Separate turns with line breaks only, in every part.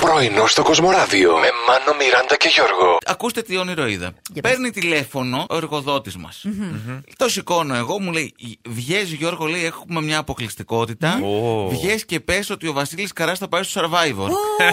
Πρωινό στο Κοσμοράδιο με Μάνο, Μιράντα και Γιώργο.
Ακούστε τι όνειροίδα.
Για πες.
Παίρνει τηλέφωνο ο εργοδότης μας. Το σηκώνω εγώ, μου λέει: Βγες Γιώργο, λέει: Έχουμε μια αποκλειστικότητα.
Ω.
Βγες και πες ότι ο Βασίλης Καράς θα πάει στο survivor.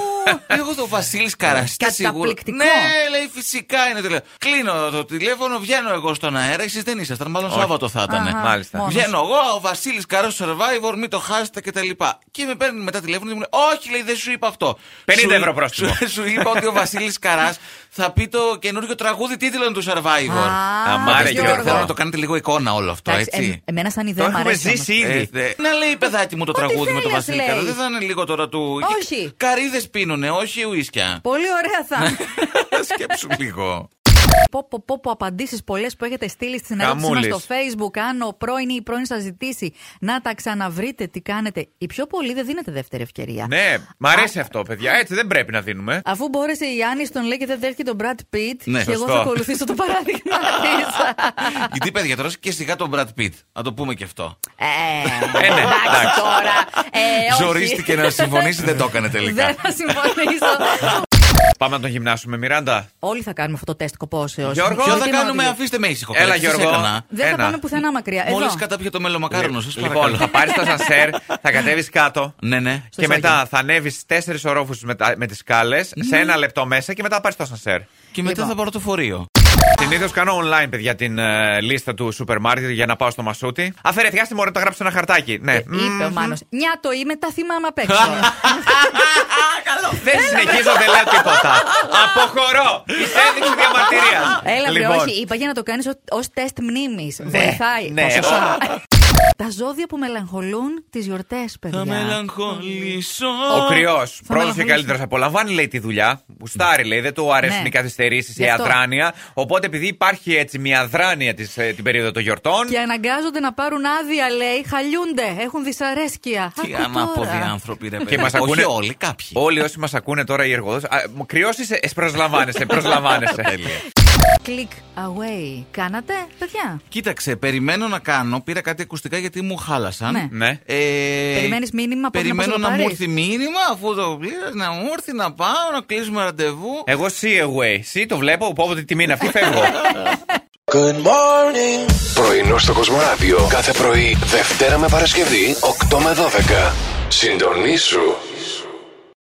Εγώ το Βασίλης Καράς.
Καταπληκτικό.
Ναι, λέει: Φυσικά είναι τηλέφωνο. Κλείνω το τηλέφωνο, βγαίνω εγώ στον αέρα. Εσείς δεν ήσασταν, μάλλον Σάββατο θα ήταν.
Αχα,
Μάλιστα.
μόνος.
Βγαίνω εγώ, ο Βασίλης Καρό survivor, μην το χάσετε κτλ. Και με παίρνει μετά τηλέφωνο και μου λέει: Όχι, λέει, δεν σου είπα αυτό.
50
Σου-
ευρώ πρόστιμο.
Σου, σου είπα ότι ο Βασίλης Καράς θα πει το καινούργιο τραγούδι τίτλο του survivor.
Α,
Αμάρε,
Γιώργο.
Γιώργο.
Θέλω να το κάνετε λίγο εικόνα όλο αυτό,
Εντάξει,
έτσι.
ε, εμένα σαν
Το
ιδέα μου
έχουμε
αρέσει.
ζήσει
όμως.
ήδη.
Ε, να λέει παιδάκι μου το
Ό,τι
τραγούδι με το
θέλεις,
Βασίλη
λέει.
Καρά. Δεν θα είναι λίγο τώρα του.
Όχι.
Καρίδε πίνουνε, όχι ουίσκια.
Πολύ ωραία θα. είναι.
Ναι.
Σκέψου λίγο.
πω, πω, πω, πω απαντήσεις πολλές που έχετε στείλει στην ερώτησή μας
Χαμούλης.
στο Facebook. Αν ο πρώην ή η πρώην σας ζητήσει να τα ξαναβρείτε, τι κάνετε. Οι πιο πολλοί δεν δίνετε δεύτερη ευκαιρία.
Ναι, μ' αρέσει αυτό, παιδιά. Έτσι δεν πρέπει να δίνουμε.
Αφού μπόρεσε η Άννης στον λέει και δεν δέχτηκε τον Brad Pitt,
Ναι,
και εγώ
σωστό.
θα ακολουθήσω το παράδειγμα της.
Γιατί παιδιά τώρα και σιγά τον Brad Pitt. Να το πούμε και αυτό.
ε,
ναι,
εντάξει
εντάξει.
τώρα. Ε, όχι.
Ζορίστηκε να συμφωνήσει, δεν το έκανε
Δεν
τελικά.
θα συμφωνήσω.
Πάμε να τον γυμνάσουμε, Μιράντα.
Όλοι θα κάνουμε αυτό το τεστ κοπόσεως.
Γιώργο,
Ποιο
Εγώ
θα
τι να
κάνουμε,
ρωτήσω.
αφήστε με ήσυχο.
Έλα,
καλά, τι σας
Γιώργο.
έκανα.
Δεν θα
Ένα.
πάμε πουθενά μακριά. Ε, Εδώ.
Μόλις κατάπια το μελομακάρονο, σας
Λοιπόν, θα πάρεις τα σανσέρ, θα κατέβεις κάτω.
Ναι, ναι.
Στο
Και μετά
σόγιο.
θα ανέβεις τέσσερις ορόφους με, τα- με τις σκάλες σε ένα λεπτό μέσα και μετά θα πάρεις το σανσέρ.
Και μετά
Λοιπόν.
θα πάρω το φορείο.
Συνήθως κάνω online, παιδιά, την ε, λίστα του σούπερ μάρκετ για να πάω στο μασούτι. Αφαιρετικά στη μωρέ, τα γράψω ένα χαρτάκι. Ναι.
Ε, Είπε ο
Μμμ.
Μάνος, Νιά το είμαι, τα θυμάμαι απ' έξω.
Δεν συνεχίζω, δεν λέω τίποτα. Αποχωρώ. Εισέδειξη διαμαρτυρία.
Έλα, βρε, όχι. Είπα για να το κάνεις ως τεστ μνήμης. Βοηθάει.
Λοιπόν. ναι.
Τα σωστά. Τα ζώδια που μελαγχολούν τις γιορτές,
Θα
παιδιά.
μελαγχολήσω.
Ο κρυός, πρώτο και
μελαγχολήσω.
καλύτερος, απολαμβάνει λέει τη δουλειά. Γουστάρει λέει, δεν του αρέσουν
Ναι.
οι καθυστερήσεις,
Γι'
η
αυτό.
αδράνεια. Οπότε επειδή υπάρχει έτσι μια αδράνεια της, ε, την περίοδο των γιορτών.
Και αναγκάζονται να πάρουν άδεια, λέει. Χαλιούνται, έχουν δυσαρέσκεια.
Τι
Άκου
ανάποδοι
τώρα.
άνθρωποι, ρε
Και
παιδί.
μας ακούνε-
Όχι όλοι, κάποιοι.
Όλοι όσοι μας ακούνε τώρα οι εργοδότες. Κρυό είσαι, εσ- προσλαμβάνεσαι, προσλαμβάνεσαι.
Click away. Κάνατε, παιδιά.
Κοίταξε, περιμένω να κάνω. Πήρα κάτι ακουστικά γιατί μου χάλασαν.
Ναι.
ναι.
Ε,
Περιμένεις μήνυμα, πώς να
Περιμένω
πας να
να,
το
μου
πάρεις.
έρθει μήνυμα αφού το πλήρα, να μου έρθει να πάω, να κλείσουμε ραντεβού.
Εγώ see away. See, το βλέπω, πω πω τι τιμή είναι αυτή, φεύγω.
Πρωινό στο Κοσμοράδιο κάθε πρωί, Δευτέρα με Παρασκευή, 8 με 12. Συντονίσου